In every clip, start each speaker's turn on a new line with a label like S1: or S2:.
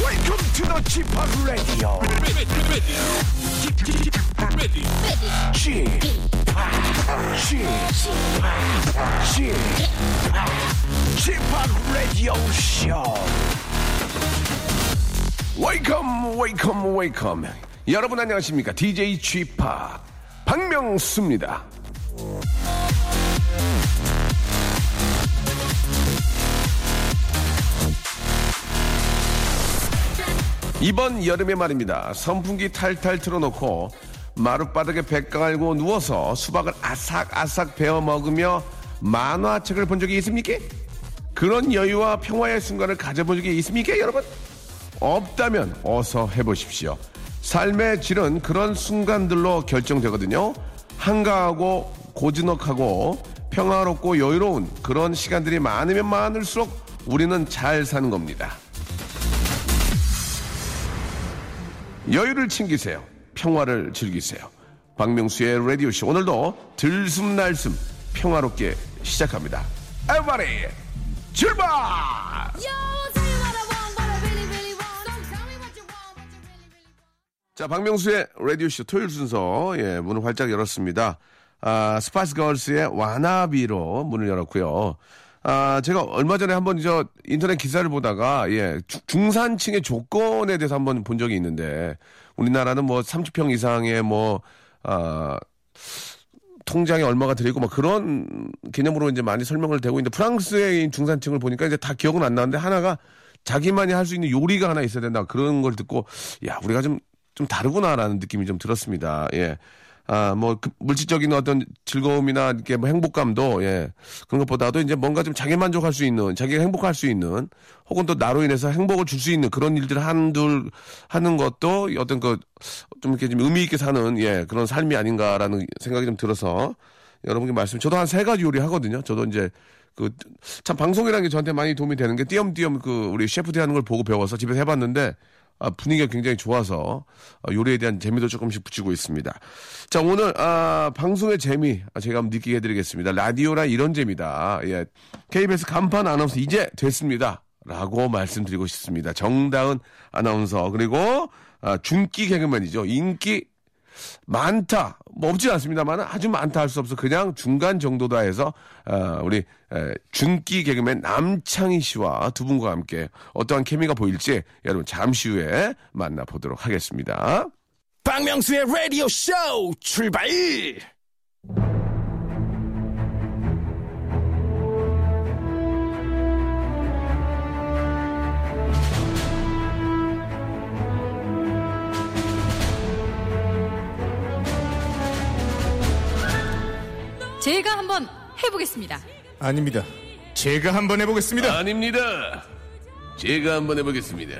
S1: Welcome to the Chip Radio. Chip, Chip, Chip, Chip Radio Show. Welcome, welcome, welcome. 여러분 안녕하십니까? DJ Chip 박명수입니다. 이번 여름에 말입니다. 선풍기 탈탈 틀어놓고 마룻바닥에 배 깔고 누워서 수박을 아삭아삭 베어 먹으며 만화책을 본 적이 있습니까? 그런 여유와 평화의 순간을 가져본 적이 있습니까, 여러분? 없다면 어서 해보십시오. 삶의 질은 그런 순간들로 결정되거든요. 한가하고 고즈넉하고 평화롭고 여유로운 그런 시간들이 많으면 많을수록 우리는 잘 사는 겁니다. 여유를 챙기세요. 평화를 즐기세요. 박명수의 라디오쇼. 오늘도 들숨날숨 평화롭게 시작합니다. 에바리 출발!
S2: Yo, I'll tell you what I want, what I really, really want. Don't tell me what you want, what you really, really want.
S1: 자, 박명수의 라디오쇼 토요일 순서, 예, 문을 활짝 열었습니다. 아, 스파이스 걸스의 와나비로 문을 열었고요. 아, 제가 얼마 전에 한번 저 인터넷 기사를 보다가, 예, 주- 중산층의 조건에 대해서 한번 본 적이 있는데, 우리나라는 뭐 30평 이상의 뭐, 아, 통장에 얼마가 들어있고 막 그런 개념으로 이제 많이 설명을 되고 있는데 프랑스의 이 중산층을 보니까 이제 다 기억은 안 나는데 하나가 자기만이 할 수 있는 요리가 하나 있어야 된다 그런 걸 듣고 야 우리가 좀 좀 다르구나라는 느낌이 좀 들었습니다. 예. 아, 뭐, 그 물질적인 어떤 즐거움이나 이렇게 뭐 행복감도, 예, 그런 것보다도 이제 뭔가 좀 자기 만족할 수 있는, 자기가 행복할 수 있는, 혹은 또 나로 인해서 행복을 줄 수 있는 그런 일들 한둘 하는 것도 어떤 그 좀 이렇게 좀 의미 있게 사는 예 그런 삶이 아닌가라는 생각이 좀 들어서 여러분께 말씀 저도 한 세 가지 요리 하거든요. 저도 이제 그 참 방송이라는 게 저한테 많이 도움이 되는 게 띄엄띄엄 그 우리 셰프들이 하는 걸 보고 배워서 집에서 해봤는데 아, 분위기가 굉장히 좋아서 아, 요리에 대한 재미도 조금씩 붙이고 있습니다. 자 오늘 아, 방송의 재미 아, 제가 한번 느끼게 해드리겠습니다. 라디오라 이런 재미다. 예, KBS 간판 아나운서 이제 됐습니다. 라고 말씀드리고 싶습니다. 정다은 아나운서 그리고 아, 중기 개그맨이죠. 인기 많다 뭐 없지 않습니다만 아주 많다 할 수 없어 그냥 중간 정도다 해서 아, 우리 에, 중기 개그맨 남창희 씨와 두 분과 함께 어떠한 케미가 보일지 여러분 잠시 후에 만나보도록 하겠습니다.
S3: 박명수의 라디오 쇼 출발!
S4: 제가 한번 해보겠습니다.
S3: 아닙니다. 제가 한번 해보겠습니다.
S1: 아닙니다. 제가 한번 해보겠습니다.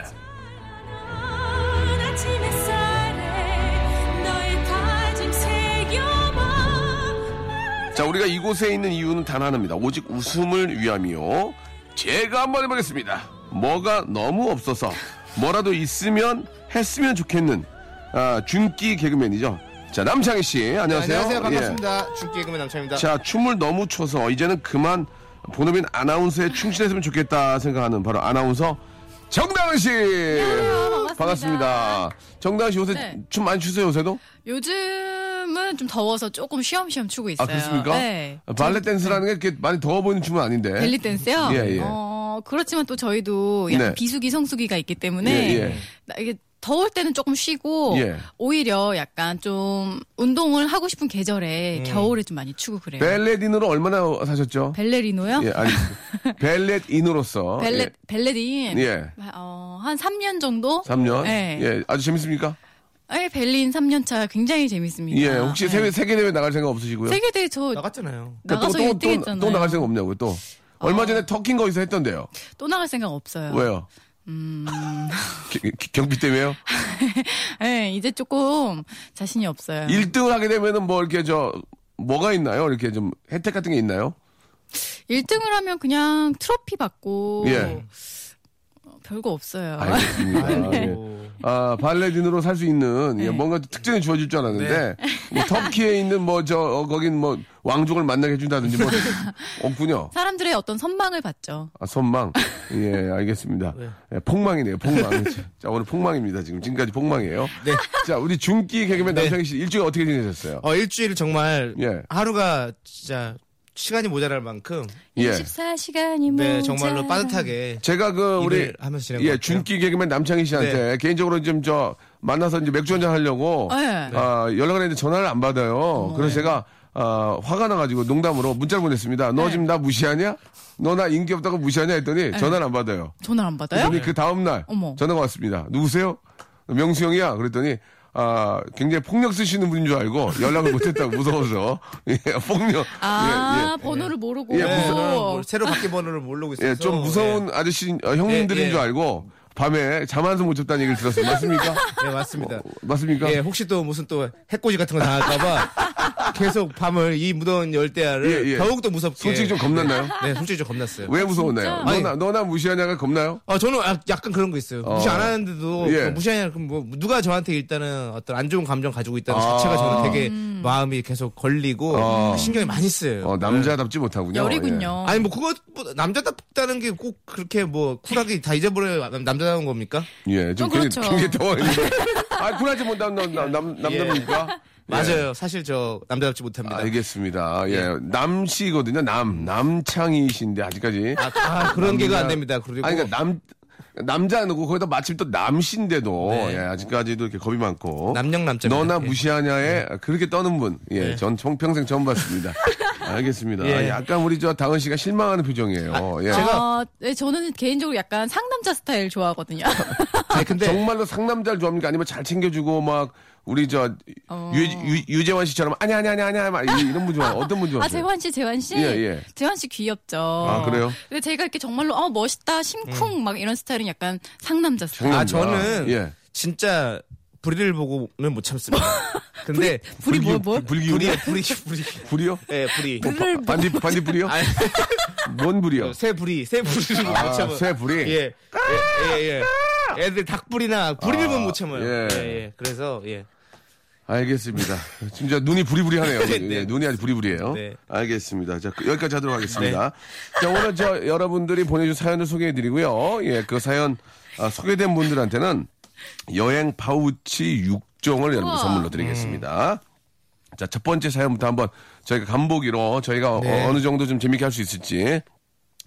S2: 넌 아침 햇살에 너의 다짐 새겨봐.
S1: 자 우리가 이곳에 있는 이유는 단 하나입니다. 오직 웃음을 위함이요. 제가 한번 해보겠습니다. 뭐가 너무 없어서 뭐라도 있으면 했으면 좋겠는 아, 중기 개그맨이죠. 자 남창희 씨 안녕하세요.
S5: 안녕하세요.
S1: 예.
S5: 반갑습니다. 중기 개그맨 남창입니다.
S1: 자, 춤을 너무 춰서 이제는 그만 본업인 아나운서에 충실했으면 좋겠다 생각하는 바로 아나운서 정다은 씨.
S4: 반갑습니다.
S1: 반갑습니다. 정다은 씨 요새
S4: 네.
S1: 춤 많이 추세요, 요새도?
S4: 요즘은 좀 더워서 조금 쉬엄쉬엄 추고
S1: 아,
S4: 있어요.
S1: 그렇습니까? 아,
S4: 네.
S1: 발레 댄스라는 게 이렇게 많이 더워 보이는 춤은 아닌데.
S4: 벨리 댄스요?
S1: 예, 예.
S4: 어, 그렇지만 또 저희도 약간
S1: 네.
S4: 비수기, 성수기가 있기 때문에
S1: 예, 예.
S4: 나 이게 더울 때는 조금 쉬고
S1: 예.
S4: 오히려 약간 좀 운동을 하고 싶은 계절에 겨울에 좀 많이 추고 그래요.
S1: 음. 예. 벨레딘으로 얼마나 사셨죠?
S4: 벨레리노요?
S1: 예, 아니. 벨렛인으로서.
S4: 벨레 벨레딘
S1: 어, 예.
S4: 어, 한 3년 정도?
S1: 3년.
S4: 네.
S1: 예. 아주 재밌습니까?
S4: 예, 벨린 3년 차 굉장히 재밌습니다.
S1: 예. 혹시 세계, 세계대회 나갈 생각 없으시고요?
S4: 세계대회 저
S5: 나갔잖아요.
S1: 그러니까
S4: 나가서
S1: 또, 또, 또,
S4: 일등했잖아요.
S1: 또 나갈 생각 없냐고요, 또. 얼마 전에 터킹 거기서 했던데요.
S4: 또 나갈 생각 없어요. 음.
S1: 왜요? 기- 기- 경비 때문에요?
S4: 네, 이제 조금 자신이 없어요.
S1: 1등을 하게 되면은 뭐 이렇게 저 뭐가 있나요? 이렇게 좀 혜택 같은 게 있나요?
S4: 일 1등을 하면 그냥 트로피 받고
S1: 예.
S4: 별거 없어요. 아,
S1: 알겠습니다.
S4: 네.
S1: 예. 아, 발레딘으로 살 수 있는 예, 뭔가 특징이 주어질 줄 알았는데 뭐 터키에 있는 뭐 저 거긴 뭐 왕족을 만나게 해준다든지 뭐 없군요.
S4: 사람들의 어떤 선망을 받죠.
S1: 아, 선망. 예, 알겠습니다. 예, 폭망이네요, 폭망. 자, 오늘 폭망입니다, 지금. 지금까지 폭망이에요.
S5: 네.
S1: 자, 우리 중기 개그맨 남창희 씨 일주일 어떻게 지내셨어요?
S5: 어, 일주일 정말
S1: 예.
S5: 하루가 진짜 시간이 모자랄 만큼
S1: 예.
S4: 24시간이
S5: 네, 정말로 빠듯하게
S1: 제가 그 우리
S5: 일을 하면서 지낸 것
S1: 예,
S5: 같아요. 네.
S1: 중기 개그맨 남창희 씨한테 개인적으로 좀 저 만나서 이제 맥주 한잔 하려고
S4: 네.
S1: 아, 연락을 했는데 전화를 안 받아요.
S5: 어,
S1: 그래서
S5: 네.
S1: 제가 아, 화가 나가지고 농담으로 문자를 보냈습니다. 너
S4: 네.
S1: 지금 나 무시하냐? 너 나 인기 없다고 무시하냐 했더니 전화를 안 받아요.
S4: 전화를 안 받아요?
S1: 그랬더니 그 다음날
S4: 네? 어머.
S1: 전화가 왔습니다. 누구세요? 명수 형이야. 그랬더니 아 굉장히 폭력 쓰시는 분인 줄 알고 연락을 못했다고 무서워서 예, 폭력
S4: 아,
S1: 예,
S4: 번호를 모르고.
S1: 예,
S5: 네,
S1: 무서워.
S4: 어.
S5: 저는 뭐 새로 바뀐 번호를 모르고
S1: 예,
S5: 있어서
S1: 예, 좀 무서운 아저씨 어, 형님들인
S5: 예, 예.
S1: 줄 알고 밤에 잠 한숨 못 잤다는 얘기를 들었어요. 맞습니까?
S5: 예, 네, 맞습니다.
S1: 어, 맞습니까?
S5: 예, 혹시 또 무슨 또 해코지 같은 거 당할까봐 계속 밤을 이 무더운 열대야를
S1: 예, 예.
S5: 더욱더 무섭게.
S1: 솔직히 좀 겁났나요?
S5: 네, 솔직히 좀 겁났어요.
S1: 왜 무서웠나요?
S5: 아니.
S1: 너나 너나 무시하냐가 겁나요?
S5: 어, 저는 약- 약간 그런 거 있어요. 무시 안 하는데도
S1: 예.
S5: 뭐 무시하냐, 그럼 뭐 누가 저한테 일단은 어떤 안 좋은 감정 가지고 있다는 자체가 저는 되게 마음이 계속 걸리고
S1: 아.
S5: 신경이 많이 쓰여요.
S1: 어, 남자답지
S5: 네.
S1: 못하군요. 어,
S4: 열이군요.
S1: 예.
S5: 아니 뭐 그것 뭐 남자답다는 게 꼭 그렇게 뭐 쿨하게 다 잊어버려 남자다운 겁니까?
S1: 예, 예, 좀
S4: 어,
S1: 굉장히
S4: 그렇죠.
S1: 굉장히 더워있는데. 아, 쿨하지
S5: 예.
S1: 못남남남 남자입니까?
S5: 맞아요. 사실 저 남자답지
S1: 아,
S5: 못합니다.
S1: 알겠습니다. 예, 남씨거든요. 남 남창희신데 아직까지.
S5: 아, 아, 그런 게가 안 됩니다. 그리고
S1: 아니, 그러니까 남 남자고 거기다 마침 또 남신데도 예, 아직까지도 이렇게 겁이 많고
S5: 네. 남녀 남자입니다.
S1: 너나
S5: 예. 네.
S1: 무시하냐에 그렇게 떠는 분, 예, 전 총- 평생 처음 봤습니다. 알겠습니다.
S5: 예. 아,
S1: 약간 우리 저 다은 씨가 실망하는 표정이에요. 예.
S5: 제가-
S4: 어, 네, 저는 개인적으로 약간 상남자 스타일 좋아하거든요.
S1: 그렇죠.
S5: 아니, 근데
S1: 정말로 상남자를 좋아합니까? 아니면 잘 챙겨주고 막 우리 저
S4: 어.
S1: 유, 재환 씨처럼 아니 아니 아니 아니 막 이- 이런 분 좋아. 어떤 분 좋아?
S4: 아, 재환 씨, 재환 씨?
S1: 예, 예.
S4: 재환 씨 귀엽죠.
S1: 아, 그래요? 음.
S4: 근데 제가 이렇게 정말로, 어, 멋있다, 심쿵, 막 이런 스타일은 약간 상남자 스타일.
S5: 아 저는
S1: 예.
S5: 진짜 불의를 보고는 못 참습니다. 근데
S4: 불이 뭐, 뭐?
S1: 불기요?
S5: 불이 불이 불이
S1: 불이요?
S5: 예 불이
S4: 불을 뭐-
S1: 반딧 반딧 불이요?
S5: 아니,
S1: 뭔 불이요?
S5: 새 불이 새 불이를 못
S1: 어. 아,
S5: 참아요.
S1: 새 불이?
S5: 예예예 예, 예. 애들 닭불이나 불이를 보면 못 참아요.
S1: 예.
S5: 예. 예. 그래서 예.
S1: 알겠습니다. 진짜 눈이 부리부리하네요.
S5: 네,
S1: 예,
S5: 네.
S1: 눈이 아주 부리부리해요.
S5: 네.
S1: 알겠습니다. 자, 그- 여기까지 하도록 하겠습니다. 자, 오늘 저 여러분들이 보내준 사연을 소개해 드리고요. 예, 그 사연 아, 소개된 분들한테는 여행 파우치 6종을 여러분
S4: 우와.
S1: 선물로 드리겠습니다. 자, 첫 번째 사연부터 한번 저희가 간보기로 저희가 어, 느 정도 좀 재밌게 할 수 있을지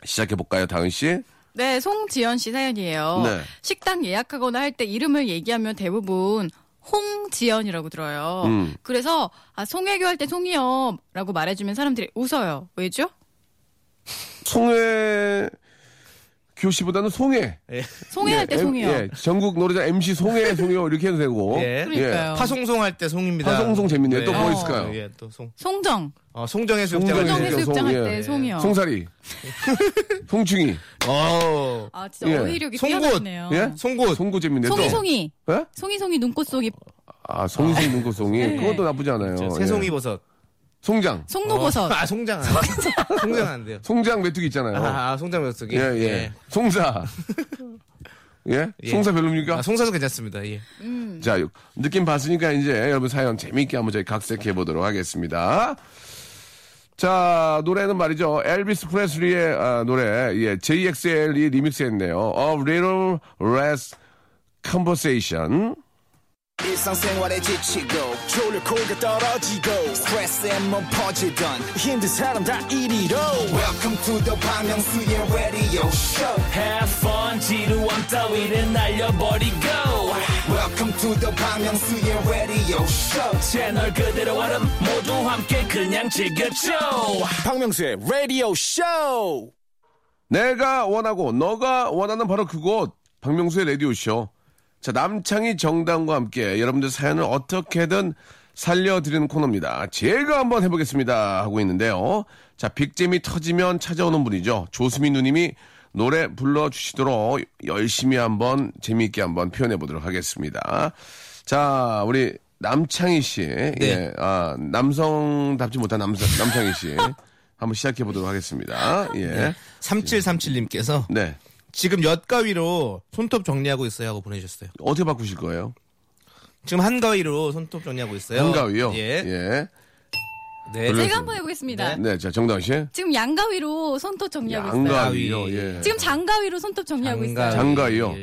S1: 시작해 볼까요, 다은 씨?
S4: 네, 송지연 씨 사연이에요.
S1: 네.
S4: 식당 예약하거나 할 때 이름을 얘기하면 대부분 홍지연이라고 들어요.
S1: 음.
S4: 그래서 아, 송혜교 할 때 송이요라고 말해주면 사람들이 웃어요. 왜죠?
S1: 송혜 교 씨보다는 송혜.
S4: 송혜 할 때
S1: 예,
S4: 송이요.
S1: 예, 전국 노래자 MC 송혜 송이요 이렇게 해도 되고.
S5: 예.
S4: 그러니까요.
S5: 파송송 할 때 송입니다.
S1: 파송송 재밌네요. 또뭐
S5: 어.
S1: 있을까요?
S5: 예, 또 송.
S4: 송정,
S5: 어, 송정의
S4: 송정
S1: 송정의
S5: 수영장.
S4: 해수욕장
S1: 송,
S4: 할
S1: 예.
S4: 때 송이요.
S1: 송사리, 송충이,
S5: 어.
S4: 아 진짜
S1: 예.
S4: 어휘력이
S5: 송곳.
S4: 뛰어났네요.
S1: 예?
S5: 송곳.
S1: 송구 재밌네. 또.
S4: 송이 송이,
S1: 예?
S4: 송이 송이 눈꽃 속이
S1: 아, 송이 눈꽃송이.
S4: 네.
S1: 그것도 나쁘지 않아요.
S5: 저
S1: 예.
S5: 새송이 버섯.
S1: 송장.
S4: 송로버섯.
S5: 어. 아, 송장. 안 돼요. 송장 안 돼요.
S1: 송장 메뚜기 있잖아요.
S5: 아, 아, 송장 버섯이.
S1: 어. 예, 예, 송사. 예?
S5: 예.
S1: 송사 별로입니까?
S5: 아, 송사도 괜찮습니다. 예.
S1: 자, 느낌 봤으니까 이제 여러분 사연 재미있게 한번 저희 각색해 보도록 하겠습니다. 자, 노래는 말이죠. 엘비스 프레슬리의 아, 노래, 예, JXL이 리믹스했네요. A Little Less Conversation.
S6: 일상생활에 지치고, 졸려 코가 떨어지고, 스트레스에 몸 퍼지던, 힘든 사람 다 이리로. welcome to the Bang Myung-soo's radio show
S7: Have fun 지루함 따위를 날려버리고
S6: welcome to the Bang Myung-soo's radio show
S7: 채널 그대로 얼음 모두 함께 그냥 즐겨줘
S3: 박명수의 라디오 쇼.
S1: 내가 원하고 너가 원하는 바로 그곳 박명수의 라디오쇼 자 남창희 정당과 함께 여러분들 사연을 어떻게든 살려드리는 코너입니다 제가 한번 해보겠습니다 하고 있는데요 자 빅잼이 터지면 찾아오는 분이죠 조수미 누님이 노래 불러주시도록 열심히 한번 재미있게 한번 표현해 보도록 하겠습니다 자 우리 남창희 씨 예, 아, 남성답지 못한 남성,
S5: 네.
S1: 남창희 씨 한번 시작해 보도록 하겠습니다 예.
S5: 3737님께서
S1: 네.
S5: 지금 엿가위로 손톱 정리하고 있어요 하고 보내주셨어요.
S1: 어떻게 바꾸실 거예요?
S5: 지금 한가위로 손톱 정리하고 있어요.
S1: 한가위요?
S5: 예.
S1: 돌려-
S5: 네.
S1: 그렇습니다.
S4: 제가 한번 해보겠습니다.
S1: 아, 네, 자, 정다은 씨.
S4: 지금 양가위로 손톱 정리하고 있어요.
S1: 양가위요,
S5: 양가위.
S1: 예.
S4: 지금 장가위로 손톱 정리하고
S5: 장가위.
S4: 있어요.
S1: 장가위요.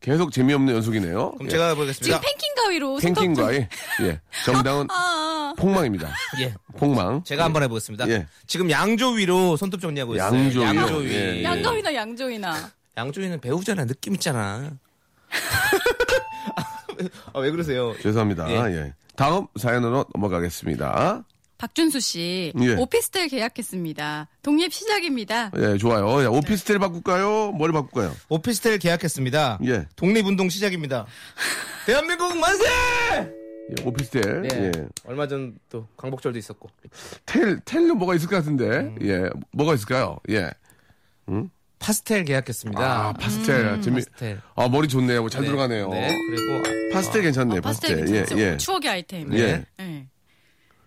S1: 계속 재미없는 연속이네요. 예.
S5: 그럼 제가 보겠습니다.
S4: 지금 팽킹가위로 손톱
S1: 킹
S4: 정리.
S1: 가위 예. 정다은
S4: 아,
S1: 폭망입니다.
S5: 예.
S1: 폭망.
S5: 제가 한번 해보겠습니다.
S1: 예.
S5: 지금 양조위로 손톱 정리하고 있어요.
S1: 양조위요?
S5: 양조위.
S1: 예, 예. 양가위.
S4: 양가위나 양조위나.
S5: 양조위는 배우잖아. 느낌 있잖아. 아, 왜 그러세요?
S1: 죄송합니다. 예.
S5: 예.
S1: 다음 사연으로 넘어가겠습니다.
S4: 박준수 씨
S1: 예.
S4: 오피스텔 계약했습니다. 독립 시작입니다.
S1: 예, 좋아요. 예, 오피스텔 바꿀까요? 뭘 바꿀까요?
S5: 오피스텔 계약했습니다.
S1: 예.
S5: 독립운동 시작입니다. 대한민국 만세!
S1: 예, 오피스텔.
S5: 예.
S1: 예.
S5: 얼마 전 또 광복절도 있었고.
S1: 텔, 텔로 뭐가 있을 것 같은데.
S5: 음.
S1: 예. 뭐가 있을까요? 예.
S5: 파스텔 계약했습니다.
S1: 아, 파스텔. 재미.
S5: 음, 파스텔.
S1: 아, 머리 좋네요. 잘
S5: 네,
S1: 들어가네요.
S5: 네. 그리고
S1: 파스텔 괜찮네요.
S4: 아,
S1: 파스텔.
S4: 파스텔 괜찮죠?
S1: 예, 예.
S4: 추억의 아이템.
S5: 네.
S1: 예.
S4: 예.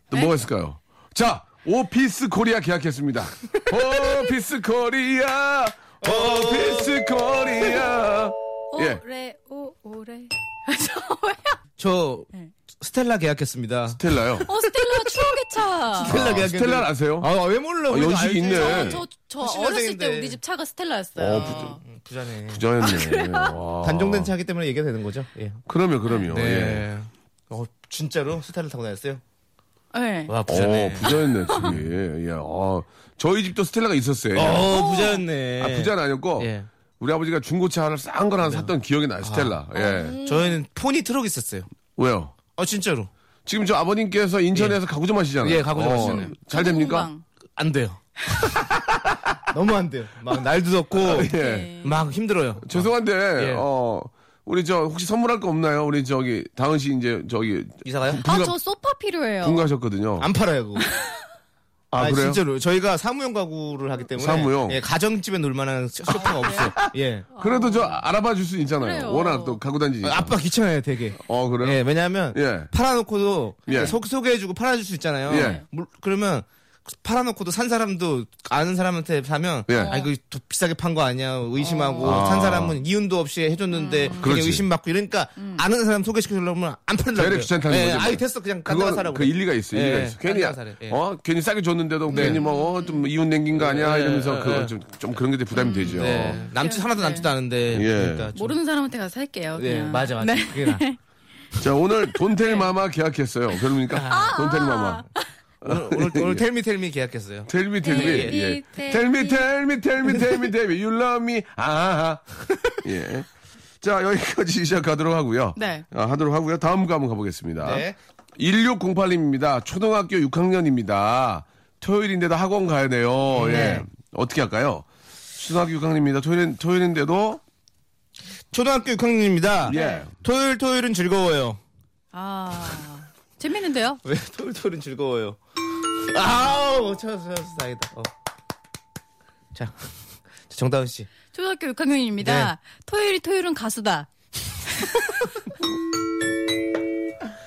S1: 또 뭐가 있을까요? 자, 오피스 코리아 계약했습니다. 오피스 코리아. 오피스 코리아. 예.
S4: 오래 오 오래. 저요?
S5: 저
S4: 네.
S5: 스텔라 계약했습니다.
S1: 스텔라요.
S4: 어 스텔라 추억의 차.
S5: 스텔라 계약했는데.
S1: 아, 스텔라 아세요?
S5: 아, 왜 몰라? 우리가
S1: 연식이
S5: 알지.
S1: 있네.
S5: 저-
S4: 어, 저, 저
S5: 신혼생인데.
S4: 어렸을 때 우리 집 차가 스텔라였어요.
S1: 예. 어,
S5: 음, 부자네.
S1: 부자였네. 와.
S5: 단종된 차기 때문에 얘기가 되는 거죠? 예.
S1: 그럼요, 그럼요. 예.
S5: 어, 진짜로 스타를 타고 다녔어요?
S4: 네.
S5: 와,
S1: 어, 부자였네, 집이. 예, 어. 저희 집도 스텔라가 있었어요.
S5: 어, 부자였네.
S1: 아, 부자는 아니었고,
S5: 예. 네.
S1: 우리 아버지가 중고차 하나 싼 걸 하나 샀던 기억이 나요, 스텔라.
S5: 아.
S1: 예.
S5: 저희는 폰이 트럭 있었어요.
S1: 왜요?
S5: 아, 진짜로.
S1: 지금 저 아버님께서 인천에서 가구점 하시잖아요. 어,
S5: 예, 가구점 하시잖아요.
S1: 잘 됩니까?
S4: 공방.
S5: 안 돼요. 너무 안 돼요. 막 날도 덥고,
S1: 예.
S5: 아, 막 힘들어요.
S1: 죄송한데,
S5: 예.
S1: 어, 우리 저 혹시 선물할 거 없나요? 우리 저기, 다은 씨 이제 저기,
S5: 이사가요?
S4: 아,
S1: 어.
S4: 저 소파 필요해요.
S1: 분가하셨거든요.
S5: 안 팔아요, 그거.
S1: 아, 그래요?
S5: 진짜로. 저희가 사무용 가구를 하기 때문에.
S1: 사무용?
S5: 예, 가정집에 놀 만한 소파가 없어요. 예.
S1: 그래도 저 알아봐 줄 수 있잖아요.
S4: 그래요.
S1: 워낙 또 가구 단지.
S5: 아, 아빠 귀찮아요, 되게.
S1: 어, 그래요?
S5: 예, 왜냐하면
S1: 예.
S5: 팔아놓고도
S1: 예.
S5: 속 소개해주고 팔아줄 수 있잖아요.
S1: 예.
S5: 물- 그러면 팔아놓고도 산 사람도 아는 사람한테 사면
S1: 예.
S5: 아 이거 더 비싸게 판 거 아니야 의심하고
S1: 아. 음.
S5: 산 사람은 이윤도 없이 해줬는데 그냥
S1: 그렇지.
S5: 의심받고 이러니까
S4: 음.
S5: 아는 사람 소개시켜주려면 안 팔려고 예,
S1: 되레 귀찮다는 거지.
S5: 아이 됐어 그냥 딴 데가
S1: 그건
S5: 사라고
S1: 그 일리가 있어, 일리가
S5: 예,
S1: 있어. 괜히,
S5: 딴 데가 사래, 예. 네.
S1: 어, 괜히 싸게 줬는데도 괜히 뭐, 어, 좀 이윤 낸긴 거 아니야?
S5: 예,
S1: 이러면서
S5: 예,
S1: 그거
S5: 예.
S1: 좀, 좀 그런 게 부담이 되죠.
S5: 네. 남지 하나도 남지도 않은데
S1: 예.
S5: 그러니까 좀-
S4: 모르는 사람한테 가서 할게요.
S5: 예,
S4: 그냥.
S5: 맞아 맞아
S4: 네.
S5: 그게 나
S1: 자, 오늘 돈텔마마 계약했어요. 별로니까?
S4: 아.
S1: 돈텔마마.
S5: 오늘 오늘,
S1: 예.
S5: 오늘 텔미 텔미 계약했어요
S1: 텔미 텔미
S4: Tell me,
S1: 예.
S4: tell
S1: 텔미
S4: me.
S1: 텔미 텔미 텔미 텔미 you love me 아하 예. 자 여기까지 시작하도록 하고요.
S4: 네.
S1: 아, 하도록 하고요. 다음 거 한번 가보겠습니다.
S5: 네.
S1: 1608님입니다. 초등학교 6학년입니다. 토요일인데도 학원 가야 돼요.
S4: 네.
S1: 예. 어떻게 할까요? 초등학교 6학년입니다. 토요일 토요일인데도
S5: 초등학교 6학년입니다
S1: 예.
S5: 토요일 토요일은 즐거워요
S4: 아 재밌는데요?
S5: 왜 톨톨은 즐거워요? 아우, 찾았어, 찾았어, 다행이다. 어. 자, 자, 정다은 씨.
S4: 초등학교 6학년입니다.
S1: 네.
S4: 토요일이 토요일은 가수다.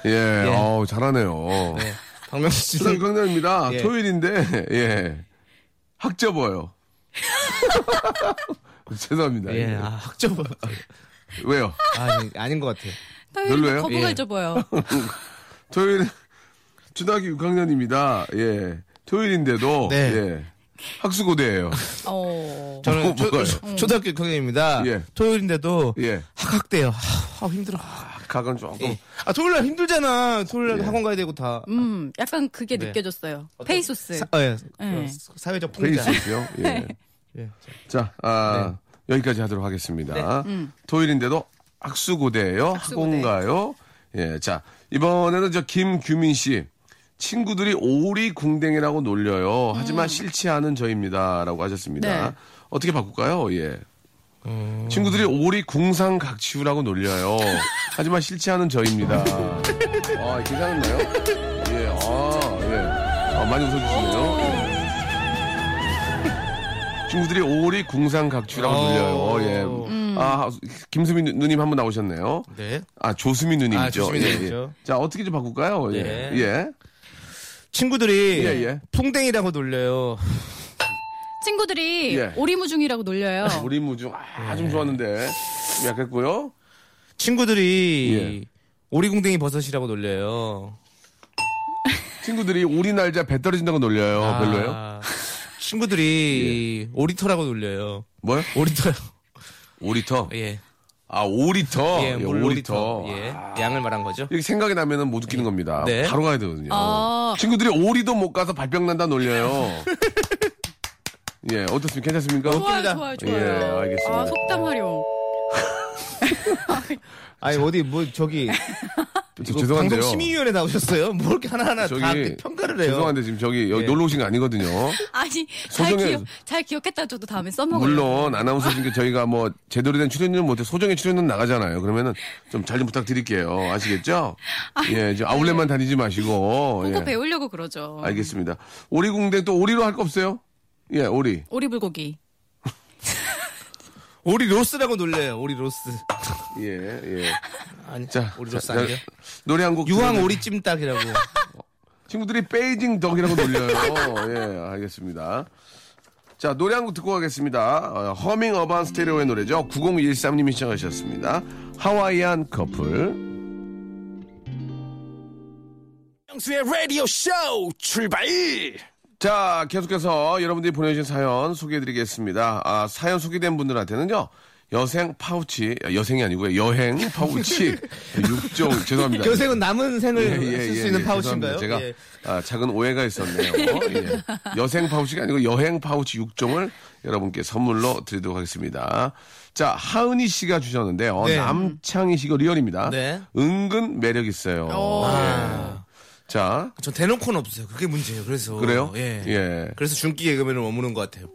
S1: 예.
S4: 네.
S1: 어우 잘하네요.
S5: 네. 박명수 씨.
S1: 초등학교 6학년입니다.
S5: 예.
S1: 토요일인데 예. 학접어요. 죄송합니다.
S5: 예, 아, 학점.
S1: 왜요?
S5: 아, 아니, 아닌 것 같아요.
S1: 별로예요?
S4: 토요일은 거부가
S5: 예.
S4: 접어요.
S1: 토요일 초등학교 6학년입니다. 예. 토요일인데도
S5: 네.
S1: 예. 학수고대예요.
S4: 어.
S1: 어,
S5: 저는 초,
S1: 뭐가요?
S5: 초- 초등학교 6학년입니다.
S1: 예.
S5: 토요일인데도
S1: 예. 어.
S5: 학학대요. 아, 아, 힘들어.
S1: 각은 조금
S5: 예. 아, 토요일날 힘들잖아.
S1: 예.
S5: 토요일날 학원 가야 되고 다.
S4: 음, 약간 그게
S5: 네.
S4: 느껴졌어요. 페이소스.
S5: 사, 아, 예.
S4: 예.
S5: 사회적 풍자.
S1: 페이스고요. 예.
S5: 예.
S1: 자, 아, 여기까지 하도록 하겠습니다. 토요일인데도 네. 음. 학수고대예요.
S4: 학수고대.
S1: 학원가요. 예. 자, 이번에는 저 김규민 씨. 친구들이 오리 궁뎅이라고 놀려요. 하지만 싫지 않은 저입니다라고 하셨습니다.
S4: 네.
S1: 어떻게 바꿀까요? 예. 친구들이 오리 궁상각치우라고 놀려요. 하지만 싫지 않은 저입니다. 아, 괜찮았나요? 예. 아, 예. 아, 많이 웃어주시네요. 예. 친구들이 오리 궁상각취라고
S5: 오.
S1: 불려요. 어, 예. 아 김수민 누- 누님 한 분 나오셨네요.
S5: 네.
S1: 아 조수민 누님이죠.
S5: 아, 조수민
S1: 예,
S5: 누님이죠.
S1: 예. 자 어떻게 좀 바꿀까요? 예.
S5: 네.
S1: 예.
S5: 친구들이
S1: 예, 예.
S5: 풍뎅이라고 놀려요.
S4: 친구들이
S1: 예.
S4: 오리무중이라고 놀려요.
S1: 오리무중 아좀
S5: 예.
S1: 좋았는데 좀 약했고요.
S5: 친구들이
S1: 예.
S5: 오리궁뎅이 버섯이라고 놀려요.
S1: 친구들이 오리 날자 배 떨어진다고 놀려요.
S5: 아, 예.
S1: 별로예요?
S5: 친구들이 오리터라고 놀려요.
S1: 뭐요?
S5: 오리터요.
S1: 오리터.
S5: 예.
S1: 아 오리터.
S5: 예,
S1: 예,
S5: 물
S1: 오리터.
S5: 오리터. 예. 양을 말한 거죠.
S1: 이렇게 생각이 나면은 못 웃기는 겁니다.
S5: 네.
S1: 바로 가야 되거든요.
S4: 아.
S1: 친구들이 오리도 못 가서 발병 난다 놀려요. 예, 어떻습니까? 괜찮습니까?
S4: 좋아요,
S5: 웃깁니다.
S4: 좋아요,
S1: 예,
S4: 좋아요.
S1: 알겠습니다.
S4: 아, 속담 활용.
S5: 아니 어디 뭐 저기
S1: 저- 죄송한데요.
S5: 방송 심의위원회 나오셨어요? 뭘 이렇게 하나하나
S1: 저기
S5: 다 이렇게 평가를 해요.
S1: 죄송한데 지금 저기 여기
S5: 예.
S1: 놀러 오신 거 아니거든요.
S4: 아니, 잘
S1: 소정의-
S4: 기억, 잘 기억했다 줘도 다음에 써먹어요.
S1: 물론 아나운서님께 저희가 뭐 제대로 된 출연료는 못해 소정의 출연료는 나가잖아요. 그러면은 좀 잘 좀 부탁드릴게요. 아시겠죠? 예, 이제 아울렛만 다니지 마시고.
S4: 그거
S1: 예.
S4: 배우려고 그러죠.
S1: 알겠습니다. 오리궁뎅 또 오리로 할 거 없어요? 예, 오리.
S4: 오리불고기.
S5: 오리 로스라고 놀려요. 오리 로스.
S1: 예, 예.
S5: 아니,
S1: 자,
S5: 오리
S1: 자,
S5: 로스
S1: 자,
S5: 아니에요?
S1: 노래 한곡
S5: 유황 오리 찜닭이라고.
S1: 친구들이 베이징 덕이라고 놀려요. 예, 알겠습니다. 자, 노래 한 곡 듣고 가겠습니다. 허밍 어반 스테레오의 노래죠. 9013님이 시청하셨습니다. 하와이안 커플.
S3: 명수의 라디오 쇼 출발!
S1: 자, 계속해서 여러분들이 보내주신 사연 소개해드리겠습니다. 아, 사연 소개된 분들한테는요. 여생 파우치, 아, 여생이 아니고요. 여행 파우치 6종, 죄송합니다.
S5: 교생은 남은 생을
S1: 예, 예,
S5: 쓸 수
S1: 예,
S5: 있는
S1: 예, 죄송합니다.
S5: 파우치인가요?
S1: 제가
S5: 예.
S1: 아, 작은 오해가 있었네요. 예. 여생 파우치가 아니고 여행 파우치 6종을 여러분께 선물로 드리도록 하겠습니다. 자, 하은이 씨가 주셨는데요.
S5: 네.
S1: 남창희 씨가 리얼입니다.
S5: 네.
S1: 은근 매력 있어요. 예. 자,
S5: 전 대놓고는 없어요. 그게 문제예요. 그래서
S1: 그래요?
S5: 예.
S1: 예.
S5: 그래서 중기 예금에는 머무는 것 같아요.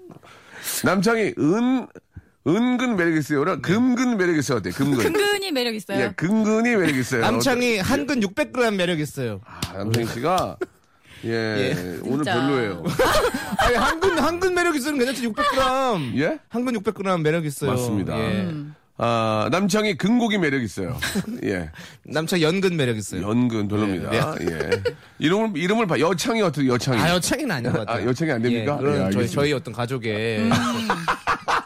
S1: 남창희 은 은근 매력 있어요. 그럼
S5: 네.
S1: 금근 매력 있어요. 어때? 금근.
S4: 근근히 매력 있어요.
S1: 예, 금근이 매력 있어요.
S5: 남창이 한근 600g 매력 있어요.
S1: 어때? 아, 남창희 씨가 예, 오늘
S4: 진짜.
S1: 별로예요.
S5: 아니 한근 한근 매력 있으면 괜찮지 600g.
S1: 예?
S5: 한근 600g 매력 있어요.
S1: 맞습니다.
S5: 예.
S4: 음.
S1: 아, 남창희 근곡이 매력 있어요. 예.
S5: 남창 연근 매력 있어요.
S1: 연근 별로입니다. 예. 이름을 이름을 봐. 여창이 어떻게 여창이?
S5: 아 여창이는 아닌 것 같아요.
S1: 아, 여창이 안 됩니까?
S5: 예, 그런
S1: 예,
S5: 저희,
S1: 알겠습니다.
S5: 저희 어떤 가족의
S4: 음.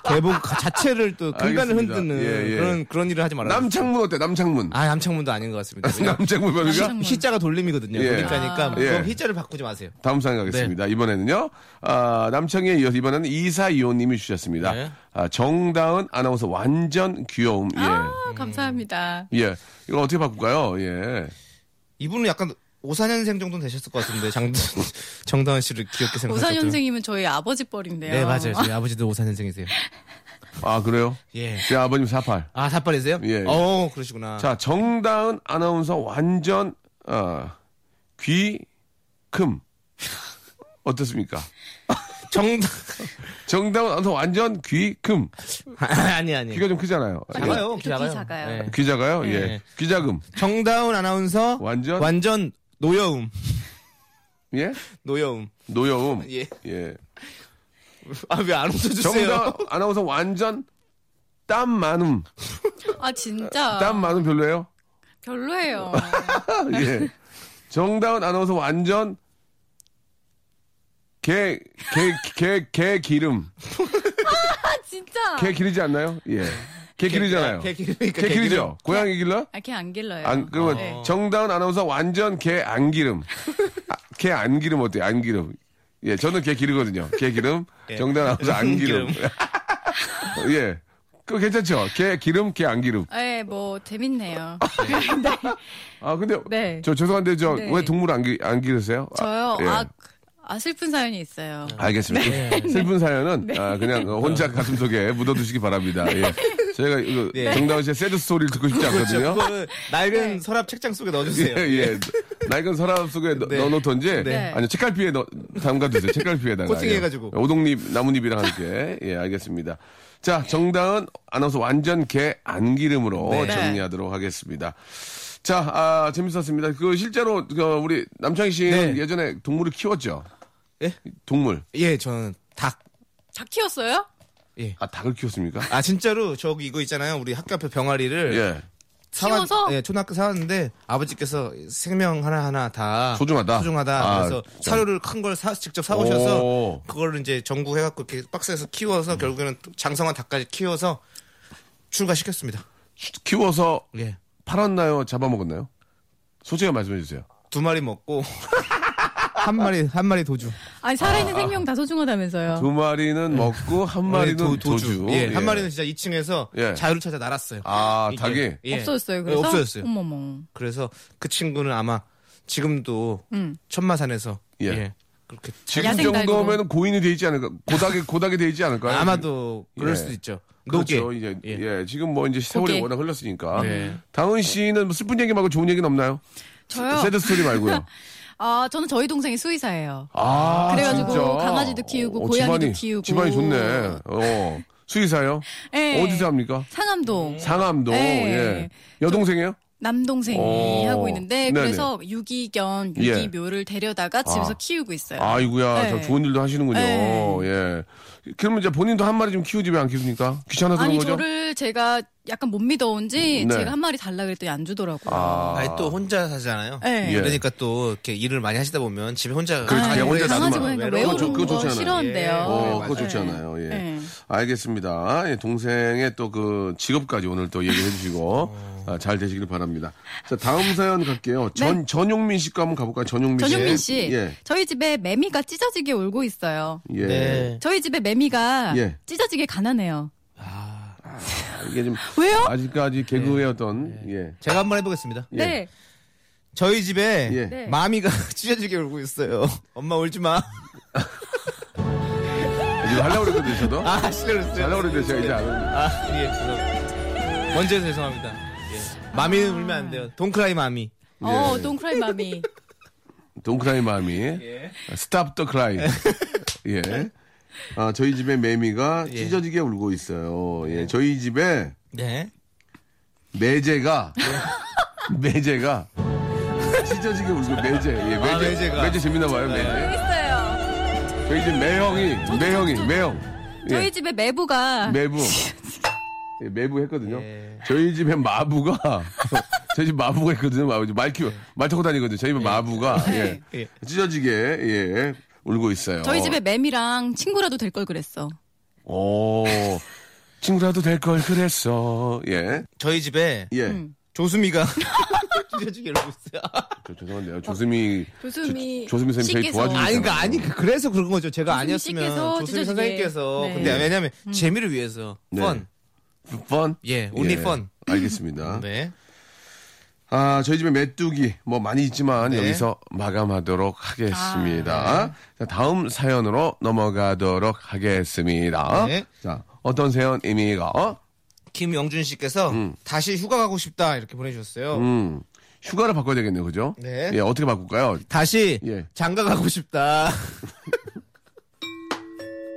S5: 개봉 가- 자체를 또 근간을
S1: 알겠습니다.
S5: 흔드는
S1: 예, 예.
S5: 그런 그런 일을 하지 말아요.
S1: 남창문 어때? 남창문.
S5: 아 네. 남창문도 아닌 것 같습니다. 왜냐면
S1: 남창문 별로가?
S4: 남창문.
S5: 희자가 돌림이거든요.
S1: 예.
S5: 그러니까니까
S4: 아.
S1: 예.
S5: 그럼 희자를 바꾸지 마세요.
S1: 다음 사연 가겠습니다. 이번에는요. 아, 남창희에 이어서 이번에는 이사이호님이 주셨습니다.
S5: 네.
S1: 아, 정다은 아나운서 완전 귀여움. 예.
S4: 아, 감사합니다.
S1: 예. 이거 어떻게 바꿀까요? 예.
S5: 이분은 약간 54년생 정도는 되셨을 것 같은데 장 정다은 씨를 귀엽게 생각하셨죠.
S4: 오사년생이면 저희 아버지 뻘인데요.
S5: 네 맞아요. 저희 아버지도 54년생이세요.
S1: 아, 그래요?
S5: 예.
S1: 제 아버님 48.
S5: 아 사팔이세요?
S1: 예, 예.
S5: 어 그러시구나.
S1: 자, 정다은 아나운서 완전 어, 귀금 어떻습니까?
S5: 정다
S1: 정다은 아나운서 완전 귀금
S5: 아니 아니.
S1: 귀가 좀 크잖아요.
S4: 그래도
S5: 작아요.
S4: 귀 작아요.
S5: 예.
S1: 예. 귀작아요? 예. 귀자금.
S5: 정다운 아나운서
S1: 완전?
S5: 완전 노여움
S1: 예?
S5: 노여움
S1: 노여움.
S5: 예.
S1: 예.
S5: 아 왜 안 웃어주세요?
S1: 정다은 아나운서 완전 땀 많음.
S4: 아 진짜
S1: 땀 많음 별로예요?
S4: 별로예요.
S1: 예.
S5: 아.
S1: 정다은 아나운서 완전 개, 개, 개, 개 기름.
S4: 진짜.
S1: 개 기르지 않나요? 예. 개 기르잖아요.
S5: 아. 개 기르니까
S1: 개
S5: 개 기름.
S1: 기르죠? 고양이 길러?
S4: 아, 걔 안 길러요.
S1: 안, 그러면
S4: 네.
S1: 정다은 아나운서 완전 개 안 기름. 아, 개안 기름 어때요? 안 기름. 예, 저는 개 기르거든요. 개 기름. 정다은 아나운서 안 기름. 예. 그 괜찮죠? 개 기름, 개 안 기름.
S4: 네, 뭐 재밌네요.
S1: 아, 근데
S4: 네.
S1: 저 죄송한데 저 왜
S4: 네.
S1: 동물 안, 기, 안 기르세요? 아,
S4: 저요.
S1: 예.
S4: 아, 네. 아 슬픈 사연이 있어요.
S5: 아.
S1: 알겠습니다. 슬픈 사연은
S4: 네.
S1: 아, 그냥 혼자 가슴속에 묻어두시기 바랍니다. 예. 저희가 이거
S5: 네.
S1: 정다은 씨의 새드 스토리를 듣고 싶지 않거든요.
S5: 그거는 낡은
S4: 네.
S5: 서랍 책장 속에 넣어주세요.
S1: 예, 예. 낡은 서랍 속에 넣-
S5: 네.
S1: 넣어놓던지,
S4: 네.
S1: 아니, 책갈피에 넣, 담가두세요. 책갈피에다가.
S5: 코팅해가지고.
S1: 예. 오동잎, 나뭇잎이랑 함께. 예, 알겠습니다. 자, 정다은 아나운서 완전 개 안기름으로
S5: 네.
S1: 정리하도록 하겠습니다. 자, 아, 재밌었습니다. 그, 실제로, 그, 우리 남창희 씨는
S5: 네.
S1: 예전에 동물을 키웠죠?
S5: 예?
S1: 동물.
S5: 예, 저는 닭.
S4: 다 키웠어요?
S1: 아, 닭을 키웠습니까?
S5: 아 진짜로 저기 이거 있잖아요. 우리 학교 앞에 병아리를
S1: 예.
S5: 사왔-
S4: 키워서?
S5: 예, 초등학교 사왔는데 아버지께서 생명 하나 하나 다
S1: 소중하다.
S5: 소중하다.
S1: 아,
S5: 그래서
S1: 좀.
S5: 사료를 큰 걸 사, 직접 사오셔서
S1: 오.
S5: 그거를 이제 전구해갖고 이렇게 박스에서 키워서 결국에는 장성한 닭까지 키워서 출가시켰습니다.
S1: 키워서
S5: 예,
S1: 팔았나요? 잡아먹었나요? 솔직히 말씀해 주세요.
S5: 두 마리 먹고 한 마리 한 마리 도주.
S4: 아니 살아있는 생명 다 소중하다면서요.
S1: 두 마리는 먹고 한 마리는 도주.
S5: 네, 예,
S1: 예.
S5: 한 마리는 진짜 2층에서
S1: 예.
S5: 자유를 찾아 날았어요.
S1: 아,
S5: 이게,
S1: 닭이?
S5: 예.
S4: 없어졌어요.
S5: 예,
S4: 그래서 음.
S5: 없어졌어요.
S4: 어머머.
S5: 그래서 그 친구는 아마 지금도
S4: 음.
S5: 천마산에서
S1: 예.
S5: 예. 그렇게
S1: 지금
S4: 야생 닭으로.
S1: 정도면 고인이 돼 있지 않을까? 고닥이 고닥이 돼 있지 않을까요?
S5: 아마도 그럴
S1: 예.
S5: 수도 있죠.
S1: 그렇죠.
S5: 노게.
S1: 이제
S5: 예.
S1: 예. 지금 뭐 이제 세월이
S4: 고개.
S1: 워낙 흘렀으니까.
S5: 네.
S1: 당은 씨는 뭐 슬픈 얘기 말고 좋은 얘기는 없나요?
S4: 저요.
S1: 새드 스토리 말고요.
S4: 아 저는 저희 동생이 수의사예요.
S1: 아,
S4: 그래가지고
S1: 진짜? 어,
S4: 강아지도 키우고 고양이도
S1: 집안이,
S4: 키우고.
S1: 집안이 좋네. 어. 수의사요?
S4: 예.
S1: 어디서 합니까?
S4: 상암동
S1: 상암도.
S4: 네.
S1: 예. 여동생이에요?
S4: 남동생이
S1: 오.
S4: 하고 있는데
S1: 네네.
S4: 그래서 유기견
S1: 예.
S4: 유기묘를 데려다가 집에서
S1: 아.
S4: 키우고 있어요.
S1: 아이고야,
S4: 네.
S1: 저 좋은 일도 하시는군요.
S4: 네.
S1: 예. 그러면 이제 본인도 한 마리 좀 키우지 왜 안 키우니까? 귀찮아서
S4: 아니
S1: 그런 거죠?
S4: 저를 제가 약간 못 믿어온지
S1: 네.
S4: 제가 한 마리 달라 그랬더니 안 주더라고요.
S1: 아.
S5: 아니 또 혼자 사잖아요.
S1: 예.
S4: 네.
S1: 그렇죠.
S5: 그러니까 또 이렇게 일을 많이 하시다 보면 집에 혼자
S1: 그렇지,
S5: 가만히
S1: 혼자 나가지
S5: 있으면
S4: 강아지 보니까
S1: 외로워.
S4: 외로운
S1: 그거 좋-
S4: 거
S1: 그거 좋잖아요.
S4: 싫어한대요.
S1: 어,
S5: 네,
S1: 그거
S5: 맞아요.
S1: 좋잖아요. 예.
S4: 네.
S1: 알겠습니다. 예, 동생의 또 그 직업까지 오늘 또 얘기해 주시고 아, 잘 되시길 바랍니다. 자, 다음 사연 갈게요. 전, 전용민 씨과 한번 가볼까요? 전용민 씨.
S4: 전용민 씨,
S1: 예.
S4: 저희 집에 매미가 찢어지게 울고 있어요.
S1: 예.
S5: 네.
S4: 저희 집에 매미가
S1: 예.
S4: 찢어지게 가난해요.
S1: 이게 좀
S4: 왜요?
S1: 아직까지
S5: 네.
S1: 개그의 어떤 예.
S5: 제가 한번 해보겠습니다.
S1: 예.
S4: 네.
S5: 저희 집에
S1: 예.
S4: 네.
S5: 마미가 찢어지게 울고 있어요. 엄마 울지 마.
S1: 아, 이거 하려고 그랬거든요, 저도.
S5: 아 실례했어요.
S1: 하려고 그랬는데 제가 이제 안 합니다.
S5: 아 예. 죄송합니다. 먼저 해서 죄송합니다. 예. 마미는 울면 안 돼요. 돈크라이 마미.
S4: 어, 동크라이 마미.
S1: 동크라이 마음이.
S5: 예.
S1: 스탑 더 크라이. 예. 아, 저희 집에 매미가
S5: 예.
S1: 찢어지게 울고 있어요. 예. 저희 집에
S5: 네.
S1: 매제가 매제가 찢어지게 울고 매제 예, 매제
S5: 아, 매제가.
S1: 매제 재밌나 봐요 매제
S4: 네. 있어요.
S1: 저희 집 매형이 매형이 매형
S4: 저희
S1: 예,
S4: 집에 매부가
S1: 매부 예, 매부 했거든요
S5: 예.
S1: 저희 집에 마부가 저희 집 마부가 있거든요 마부 말 키워 말 타고 다니거든요 저희 집 마부가 예,
S5: 예.
S1: 찢어지게 예 울고 있어요
S4: 저희 집에 매미랑 친구라도 될 걸 그랬어.
S1: 오 친구라도 될 걸 그랬어 예예
S5: 저희 집에 조수미가 찢어지게 울고 있어요.
S1: 저, 죄송한데요 조수미
S4: 조수미
S1: 조- 조수미 선생님 되게
S4: 씨께서.
S1: 도와주고
S5: 아니, 그니까, 아니, 그- 그래서 그런 거죠. 제가
S4: 조수미 씨께서
S5: 아니었으면. 조수미
S4: 찢어지게.
S5: 선생님께서.
S4: 네.
S5: 근데 왜냐면, 재미를 위해서.
S1: 네.
S5: 펀.
S1: 펀?
S5: 예, only fun.
S1: 알겠습니다.
S5: 네.
S1: 아, 저희 집에 메뚜기 뭐 많이 있지만
S5: 네. 아,
S1: 여기서 마감하도록 하겠습니다. 자, 다음 사연으로 넘어가도록 하겠습니다.
S5: 네.
S1: 자, 어떤 사연입니까? 어?
S5: 김영준 씨께서 다시 휴가 가고 싶다. 이렇게 보내주셨어요.
S1: 음. 휴가를 바꿔야 되겠네요. 그죠?
S5: 네.
S1: 예, 어떻게 바꿀까요?
S5: 다시
S1: 예.
S5: 장가 가고 싶다.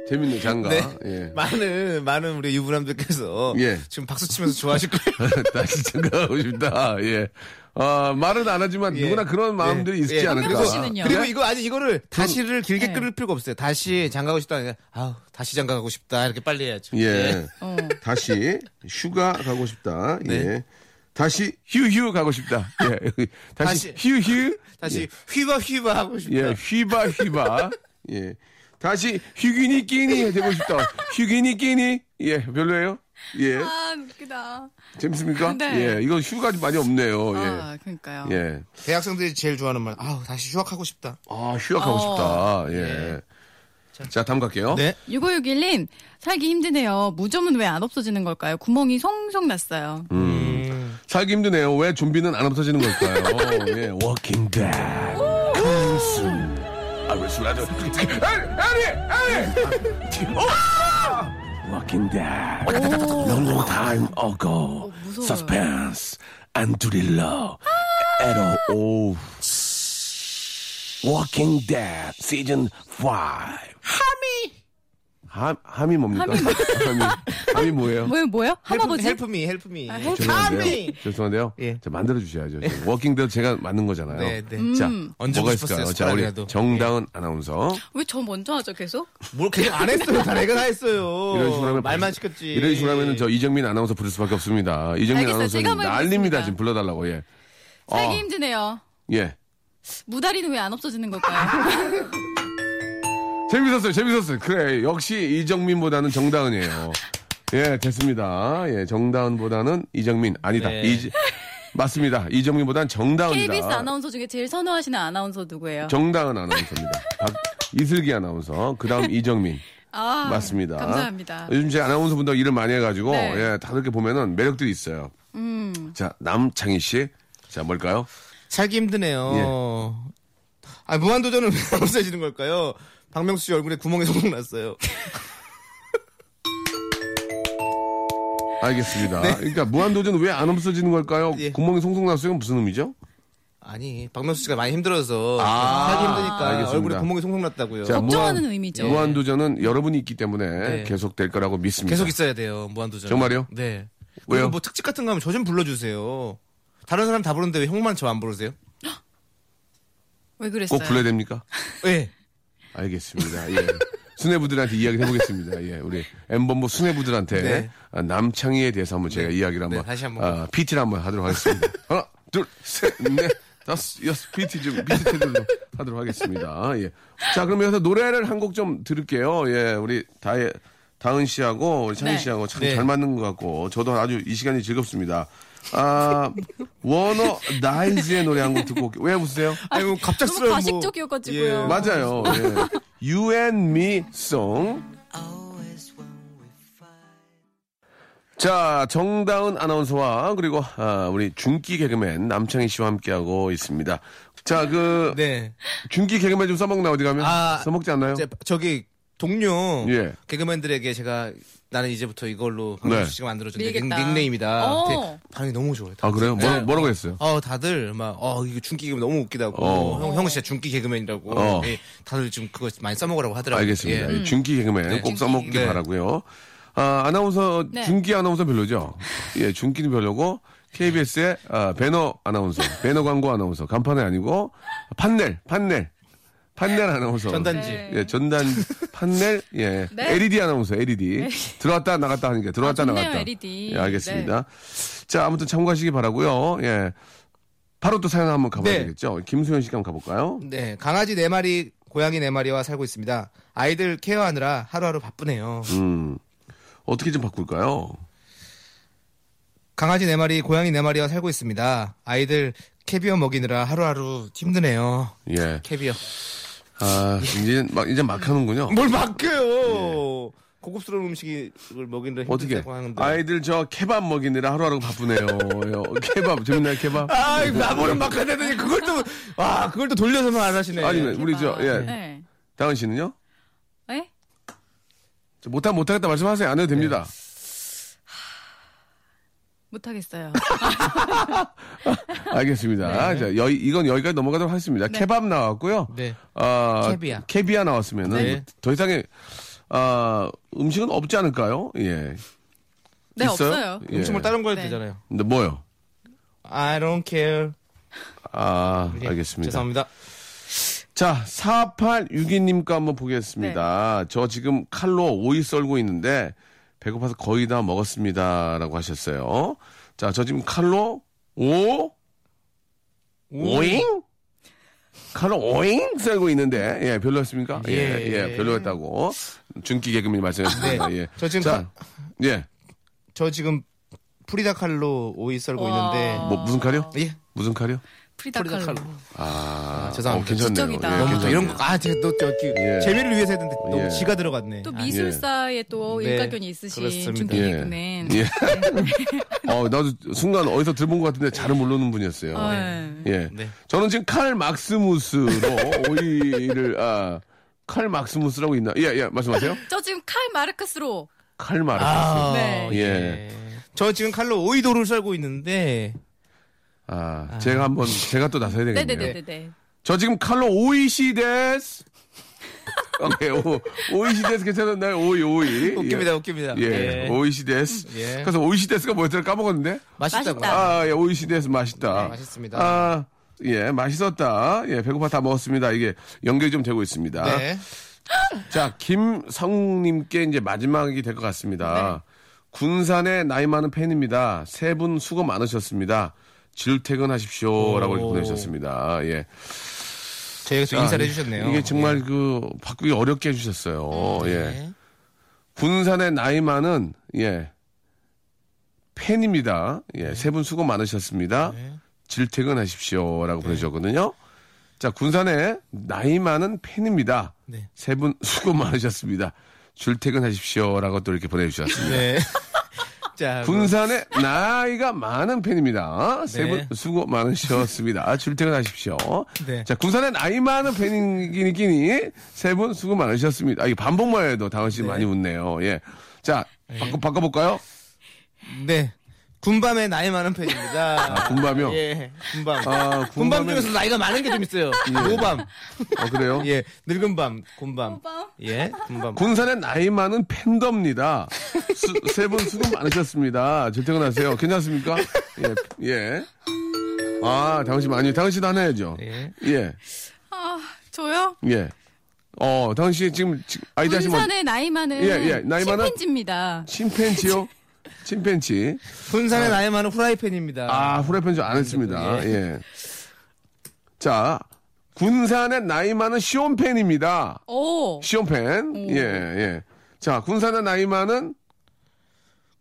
S1: 재밌는 장가.
S5: 네.
S1: 예.
S5: 많은, 많은 우리 유부남들께서.
S1: 예.
S5: 지금 박수 치면서 좋아하실 거예요.
S1: 다시 장가하고 싶다. 예. 아, 말은 안 하지만
S5: 예.
S1: 누구나 그런 마음들이
S5: 예.
S1: 있지
S5: 예.
S1: 않을까.
S4: 한명수 씨는요?
S5: 그리고 이거, 아니, 이거를 다시를 길게
S4: 네.
S5: 끌을 필요가 없어요. 다시 장가 가고 싶다. 아니라, 아우, 다시 장가 가고 싶다. 이렇게 빨리 해야죠.
S1: 음. 예.
S4: 어.
S1: 다시 휴가 가고 싶다.
S5: 네.
S1: 예. 다시 휴휴 가고 싶다. 예. 다시,
S5: 다시.
S1: 휴휴.
S5: 다시 휘바 휘바 하고 싶다.
S1: 예. 휘바 휘바. 예. 다시 휴기니 끼니 되고 싶다. 휴기니 끼니. 예. 별로예요? 예.
S4: 아, 웃기다.
S1: 재밌습니까?
S4: 네.
S1: 예. 이거 휴가 많이 없네요.
S4: 아, 그러니까요.
S1: 예. 예.
S5: 대학생들이 제일 좋아하는 말, 아우, 다시 휴학하고 싶다.
S1: 아, 휴가 가고
S4: 어.
S1: 싶다. 예. 자, 다음 갈게요.
S5: 네.
S4: 6561님, 살기 힘드네요. 무좀은 왜 안 없어지는 걸까요? 구멍이 송송 났어요.
S1: 음. 살기 힘드네요. 왜 좀비는 안 없어지는 걸까요? 예. 워킹 데드. 컨숨. 아, 왜 술을 하죠? 아니, 아니, 아니! 어! 워킹 데드. Long time ago.
S4: Oh, 무서워요.
S1: Suspense and thriller. At all. Walking Dead Season 5. 하미! 함, 함이 뭡니까?
S4: 함이 뭐-
S1: 함이, 함이 뭐예요?
S4: 뭐요 뭐요?
S5: 헬프미
S4: 하마버지?
S5: 헬프미 헬프미.
S4: 아, 헬프-
S1: 죄송한데요.
S5: 함이!
S1: 죄송한데요.
S5: 예.
S1: 자, 만들어 주셔야죠. 워킹데도 제가 맞는 거잖아요.
S5: 네, 네.
S1: 어. 자,
S4: 음.
S5: 얹고
S1: 뭐가
S5: 싶었어요,
S1: 있을까요? 자,
S5: 숟가락이라도. 예.
S1: 우리 정다은 아나운서.
S4: 왜 저 먼저 하죠 계속?
S5: 뭘 계속 안 했어요. 다 내가 다 했어요.
S1: 이런 식으로 하면
S5: 말만
S1: 벌써-
S5: 시켰지.
S1: 이런 식으로 하면은 저 이정민 아나운서 부를 수밖에 없습니다. 이정민
S4: 알겠어요.
S1: 아나운서는
S4: 제가 한번
S1: 난립니다.
S4: 해보겠습니다.
S1: 지금 불러달라고 예.
S4: 살기 힘드네요.
S1: 예.
S4: 무다리는 왜 안 없어지는 걸까요?
S1: 재밌었어요, 재밌었어요. 그래, 역시 이정민보다는 정다은이에요. 예, 됐습니다. 예, 정다은보다는 이정민 아니다.
S5: 네.
S1: 이 맞습니다. 이정민보다는 정다은이다.
S4: KBS 아나운서 중에 제일 선호하시는 아나운서 누구예요?
S1: 정다은 아나운서입니다. 박- 이슬기 아나운서, 그다음 이정민.
S4: 아,
S1: 맞습니다.
S4: 감사합니다.
S1: 요즘 제 아나운서 분들 일을 많이 해가지고
S4: 네. 음.
S1: 예, 다 이렇게 보면은 매력들이 있어요. 자 남창희 씨, 자 뭘까요?
S5: 살기 힘드네요.
S1: 예.
S5: 아 무한도전은 왜 없어지는 걸까요? 박명수 씨 얼굴에 구멍이 소송 났어요.
S1: 알겠습니다. 그러니까 무한도전 왜 안 없어지는 걸까요?
S5: 네. 예.
S1: 구멍이 송송 났어요. 무슨 의미죠?
S5: 아니 박명수 씨가 많이 힘들어서
S1: 아,
S5: 살기 힘드니까
S1: 알겠습니다.
S5: 얼굴에 구멍이 송송 났다고요.
S1: 자,
S4: 걱정하는 의미죠.
S1: 무한도전은 여러분이 있기 때문에
S5: 네.
S1: 계속 될 거라고 믿습니다.
S5: 계속 있어야 돼요 무한도전.
S1: 정말요?
S5: 네.
S1: 왜요?
S5: 그리고 뭐 특집 같은 거 하면 저 좀 불러주세요. 다른 사람 다 부르는데 왜 형만 저 안 부르세요?
S4: 왜 그랬어요?
S1: 꼭 불러야 됩니까?
S5: 예.
S1: 알겠습니다. 예. 수뇌부들한테 이야기를 해보겠습니다. 예, 우리 엠범보 수뇌부들한테
S5: 네.
S1: 아, 남창희에 대해서 한번 제가 이야기를 한번
S5: 네, 다시 한번.
S1: 아, PT를 한번 하도록 하겠습니다. 하나, 둘, 셋, 넷, 다섯, 여섯 PT 좀 PT 테들로 하도록 하겠습니다. 예. 자, 그럼 여기서 노래를 한 곡 좀 들을게요. 예, 우리 다혜 다은 씨하고 우리 창희
S4: 네.
S1: 씨하고 참
S5: 네.
S1: 잘 맞는 것 같고 저도 아주 이 시간이 즐겁습니다. 아, 워너 나인즈의 노래 한 곡 듣고 올게요. 왜 웃으세요?
S5: 아니 뭐 갑작스러운
S4: 너무 과식적이어가지고요.
S5: 뭐-
S1: 맞아요. 예. you and me song. 자, 정다은 아나운서와 그리고 아, 우리 중기 개그맨 남창희 씨와 함께하고 있습니다. 자, 그
S5: 네.
S1: 중기 개그맨 좀 써먹나 어디 가면
S5: 아,
S1: 써먹지 않나요?
S5: 이제 저기 동료
S1: 예.
S5: 개그맨들에게 제가 나는 이제부터 이걸로
S1: 네.
S5: 방금 씨가 만들어준 내 닉-
S4: 밀겠다.
S5: 닉네임이다.
S4: 어.
S5: 근데 반응이 너무 좋아요.
S1: 아 그래요? 뭐, 뭐라고 했어요?
S5: 어 다들 막어 이거 중기 개그맨 너무 웃기다고
S1: 어.
S5: 형, 형 진짜 중기 개그맨이라고
S1: 어.
S5: 예, 다들 지금 그거 많이 써먹으라고 하더라고요.
S1: 알겠습니다.
S5: 예.
S4: 음.
S1: 이 중기 개그맨
S5: 네.
S1: 꼭
S5: 중기
S1: 써먹기
S5: 개그맨.
S1: 바라고요. 아, 아나운서
S4: 네.
S1: 중기 아나운서 별로죠? 예, 중기는 별로고 KBS의 아, 배너 아나운서, 배너 광고 아나운서, 간판이 아니고 판넬, 판넬, 판넬 아나운서.
S5: 전단지.
S1: 예, 전단 판넬 예.
S4: 네.
S1: LED 아나운서 LED. 들어왔다 나갔다 하니까 들어왔다
S4: 아, 좋네요,
S1: 나갔다.
S4: LED. 네.
S1: 예, 알겠습니다. 자, 아무튼 참고하시기 바라고요. 예. 바로 또 사연 한번 가봐야
S5: 네.
S1: 되겠죠. 김수현 씨가 한번 가볼까요?
S5: 네, 강아지 네 마리, 고양이 네 마리와 살고 있습니다. 아이들 케어하느라 하루하루 바쁘네요.
S1: 음. 어떻게 좀 바꿀까요?
S5: 강아지 네 마리, 고양이 네 마리와 살고 있습니다. 아이들 캐비어 먹이느라 하루하루 힘드네요.
S1: 예.
S5: 캐비어.
S1: 아, 이제 막, 이제 막 하는군요.
S5: 뭘 맡겨요? 예. 고급스러운 음식을 먹이느라
S1: 어떻게?
S5: 힘들다고 하는데.
S1: 아이들 저 케밥 먹이느라 하루하루 바쁘네요. 예, 케밥, 재밌나요, 케밥?
S5: 아이, 나보는 막하다더니 그걸 또, 와,
S1: 아,
S5: 그걸 또 돌려서만 안 하시네.
S1: 아니, 왜, 우리 저, 예.
S4: 네.
S1: 다은 씨는요?
S4: 에?
S1: 저 못하면 못하겠다 말씀하세요. 안 해도 됩니다.
S5: 네.
S4: 못하겠어요.
S1: 알겠습니다. 아, 자, 여, 이건 여기까지 넘어가도록 하겠습니다. 케밥 나왔고요.
S5: 네.
S1: 아,
S5: 캐비아.
S1: 캐비아 나왔으면은
S5: 네.
S1: 뭐더 이상의 아, 음식은 없지 않을까요? 예.
S4: 네
S1: 있어요?
S4: 없어요.
S1: 예.
S5: 음식물 다른 거 해도
S4: 네.
S5: 되잖아요.
S1: 근데 뭐요?
S5: I don't care.
S1: 아,
S5: 예,
S1: 알겠습니다.
S5: 죄송합니다.
S1: 자, 4862님과 한번 보겠습니다.
S5: 네.
S1: 저 지금 칼로 오이 썰고 있는데 배고파서 거의 다 먹었습니다라고 하셨어요. 자, 저 지금 칼로 오 오잉 칼로 오잉 썰고 있는데 예, 별로였습니까? 예, 예,
S5: 예.
S1: 별로였다고 준기 개그맨이 말씀하셨습니다. 예.
S5: 네. 저 지금
S1: 자, 예.
S5: 저 지금 프리다 칼로 오이 썰고
S4: 와.
S5: 있는데.
S1: 뭐 무슨 칼이요?
S5: 예.
S1: 무슨 칼이요?
S4: 프리다 칼로.
S1: 아,
S5: 죄송합니다.
S1: 어, 괜찮네요.
S4: 지적이다.
S1: 예,
S4: 너무
S5: 너무 또
S1: 괜찮네요.
S5: 이런 거, 아, 제가 또, 저기,
S1: 예.
S5: 재미를 위해서 했는데 너무
S1: 예.
S5: 지가 들어갔네.
S4: 또
S5: 아,
S4: 미술사에 또
S5: 네.
S4: 일가견이 있으신
S5: 그렇습니다.
S4: 중기
S1: 예.
S4: 개그맨.
S5: 네.
S1: 예. 어, 나도 순간 어디서 들어본 것 같은데 잘은 모르는 분이었어요.
S4: 어, 예.
S1: 예.
S5: 네.
S1: 저는 지금 칼 막스무스로 오이를, 아, 칼 막스무스라고 있나? 예, 예, 말씀하세요?
S4: 저 지금 칼 마르크스로.
S1: 칼 마르스. 아,
S5: 아,
S4: 네.
S5: 예.
S1: 예.
S5: 저 지금 칼로 오이도를 썰고 있는데,
S1: 아, 제가
S4: 네,
S1: 예. 한번, 제가 또 나서야 네, 되겠네요.
S4: 네네네네.
S1: 저 지금 칼로 오이시 데스. 오케이, 오, 오이시데스 괜찮았나요? 오이, 오이.
S5: 웃깁니다, 웃깁니다.
S1: 예,
S5: 예.
S1: 오이시데스.
S5: 예.
S1: 그래서 오이시데스가 뭐였더라 까먹었는데?
S5: 맛있다고.
S4: 맛있다.
S1: 아, 예, 오이시데스 맛있다.
S5: 네, 맛있습니다.
S1: 아, 예, 맛있었다. 예, 배고파 다 먹었습니다. 이게 연결이 좀 되고 있습니다.
S5: 네.
S1: 자, 김성욱님께 이제 마지막이 될 것 같습니다.
S5: 네.
S1: 군산의 나이 많은 팬입니다. 세 분 수고 많으셨습니다.
S5: 오.
S1: 질퇴근하십시오라고 이렇게 보내주셨습니다. 예. 아,
S5: 저희가 또 인사를 해주셨네요.
S1: 이게 정말 그 바꾸기 어렵게 해주셨어요.
S5: 예.
S1: 예. 군산의 나이 많은 예 팬입니다. 예, 세 분 수고 많으셨습니다. 질퇴근하십시오라고 보내주셨거든요. 자, 군산의 나이 많은 팬입니다.
S5: 네.
S1: 세 분 수고 많으셨습니다. 출퇴근하십시오라고 또 이렇게 보내주셨습니다.
S5: 네. 자, 군...
S1: 아, 군산의 나이가 많은 팬입니다. 세
S5: 네.
S1: 분 수고 많으셨습니다. 아, 출퇴근하십시오.
S5: 네.
S1: 자, 군산의 나이 많은 팬이니끼니 세 분 수고 많으셨습니다. 아, 이 반복말에도 당원 씨 많이 웃네요. 예. 자, 바꿔, 바꿔볼까요?
S5: 네. 군밤의 나이 많은 팬입니다.
S1: 아, 군밤이요?
S5: 예. 군밤.
S1: 아,
S5: 군밤
S1: 군밤은- 예.
S5: 중에서 나이가 많은 게 좀 있어요. 노밤.
S1: 어, 그래요?
S5: 예. 늙은 밤. 군밤.
S4: 오밤.
S5: 예. 군밤.
S1: 군산의 나이 많은 팬덤입니다. 세 분 수고 많으셨습니다. 재퇴근하세요. 괜찮습니까? 예. 예. 아, 당신 많이, 당신 하나 해야죠.
S5: 예.
S1: 예.
S4: 아, 저요?
S1: 예. 어, 당신 지금, 지금 아이디 하시면.
S4: 군산의 나이 많은
S1: 예, 예, 나이 많은-
S4: 침팬지입니다.
S1: 침팬지요? 침팬지.
S5: 군산의 나이 많은 후라이팬입니다.
S1: 아, 후라이팬 좀안 했습니다.
S5: 예.
S1: 예. 자, 군산의 나이 많은 시온팬입니다.
S4: 오,
S5: 음.
S1: 시온팬. 예, 예. 자, 군산의 나이 많은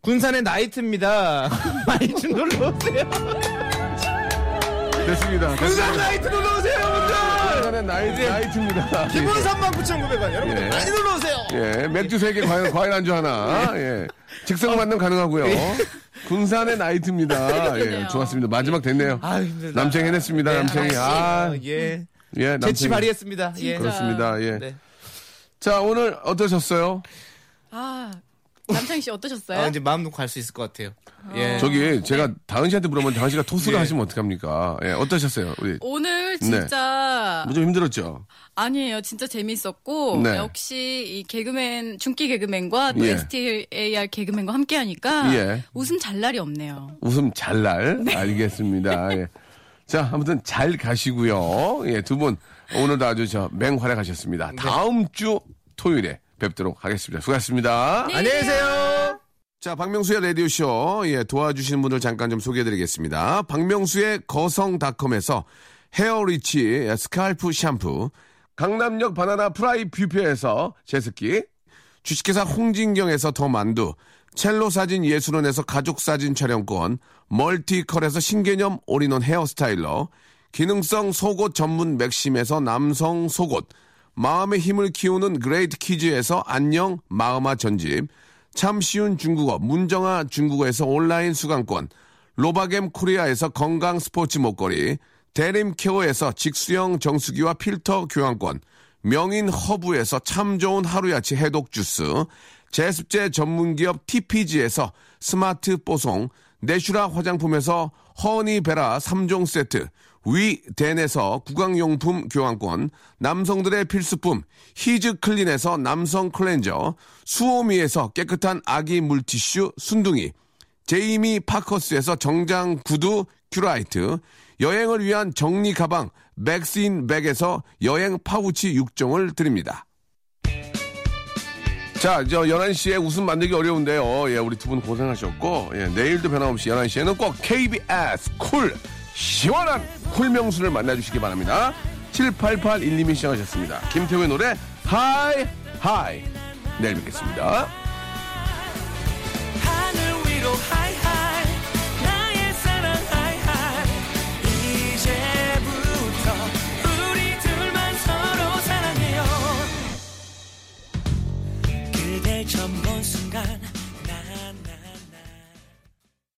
S5: 군산의 나이트입니다. 많이 좀 놀러 오세요.
S1: 됐습니다.
S5: 군산
S1: 됐습니다.
S5: 나이트 놀러 오세요, 여러분들.
S1: 군산의
S5: 네.
S1: 나이, 나이트입니다.
S5: 기본 39,900원. 여러분들
S1: 예.
S5: 많이 놀러 오세요.
S1: 예, 맥주 세개 과일, 과일 안주
S5: 네.
S1: 하나. 예. 직성 만남 가능하고요. 군산의 나이트입니다. 예,
S4: 그러네요.
S1: 좋았습니다. 마지막 됐네요.
S5: 아, 힘들다.
S1: 남창 해냈습니다.
S5: 네,
S1: 남창이. 아,
S5: 아, 예.
S1: 예, 남창이.
S5: 재치 발휘했습니다. 예.
S1: 그렇습니다. 예.
S5: 네.
S1: 자, 오늘 어떠셨어요?
S4: 아, 남창희 씨
S1: 네.
S4: 어떠셨어요?
S5: 아, 이제 마음 놓고 갈 수 있을 것 같아요. 예.
S1: 저기 제가 다은 씨한테 물어보면 다은 씨가 토스를
S5: 예.
S1: 하시면 어떡합니까? 예, 어떠셨어요? 우리
S4: 오늘 진짜
S1: 뭐좀 힘들었죠?
S4: 아니에요. 진짜 재밌었고
S1: 네.
S4: 역시 이 개그맨 중기 개그맨과 또
S1: 예.
S4: STAR 개그맨과 함께 하니까
S1: 예.
S4: 웃음 잘 날이 없네요.
S1: 웃음 잘 날. 알겠습니다. 예. 자, 아무튼 잘 가시고요. 예, 두 분 오늘도 아주 저 맹활약하셨습니다. 다음 주 토요일에 뵙도록 하겠습니다. 수고하셨습니다.
S5: 안녕히 계세요.
S1: 자, 박명수의 라디오쇼. 예, 도와주시는 분들 잠깐 좀 소개해드리겠습니다. 박명수의 거성닷컴에서 헤어리치 스칼프 샴푸, 강남역 바나나 프라이 뷔페에서 제습기, 주식회사 홍진경에서 더 만두, 첼로 사진 예술원에서 가족 사진 촬영권, 멀티컬에서 신개념 올인원 헤어스타일러, 기능성 속옷 전문 맥심에서 남성 속옷, 마음의 힘을 키우는 그레이트 키즈에서 안녕 마음아 전집, 참 쉬운 중국어 문정아 중국어에서 온라인 수강권, 로바겜 코리아에서 건강 스포츠 목걸이, 대림케어에서 직수형 정수기와 필터 교환권, 명인 허브에서 참 좋은 하루야치 해독 주스, 제습제 전문기업 TPG에서 스마트 뽀송, 내슈라 화장품에서 허니베라 3종 세트, 위덴에서 구강용품 교환권, 남성들의 필수품 히즈클린에서 남성 클렌저, 수오미에서 깨끗한 아기 물티슈 순둥이, 제이미 파커스에서 정장 구두 큐라이트, 여행을 위한 정리 가방 맥스인 백에서 여행 파우치 6종을 드립니다. 자, 저 11시에 웃음 만들기 어려운데요. 예, 우리 두 분 고생하셨고, 예, 내일도 변함없이 11시에는 꼭 KBS 쿨, 시원한 쿨명수를 만나주시기 바랍니다. 7881님이 시작하셨습니다. 김태우의 노래, 하이, 하이. 내일 뵙겠습니다.
S7: 하늘 위로 하이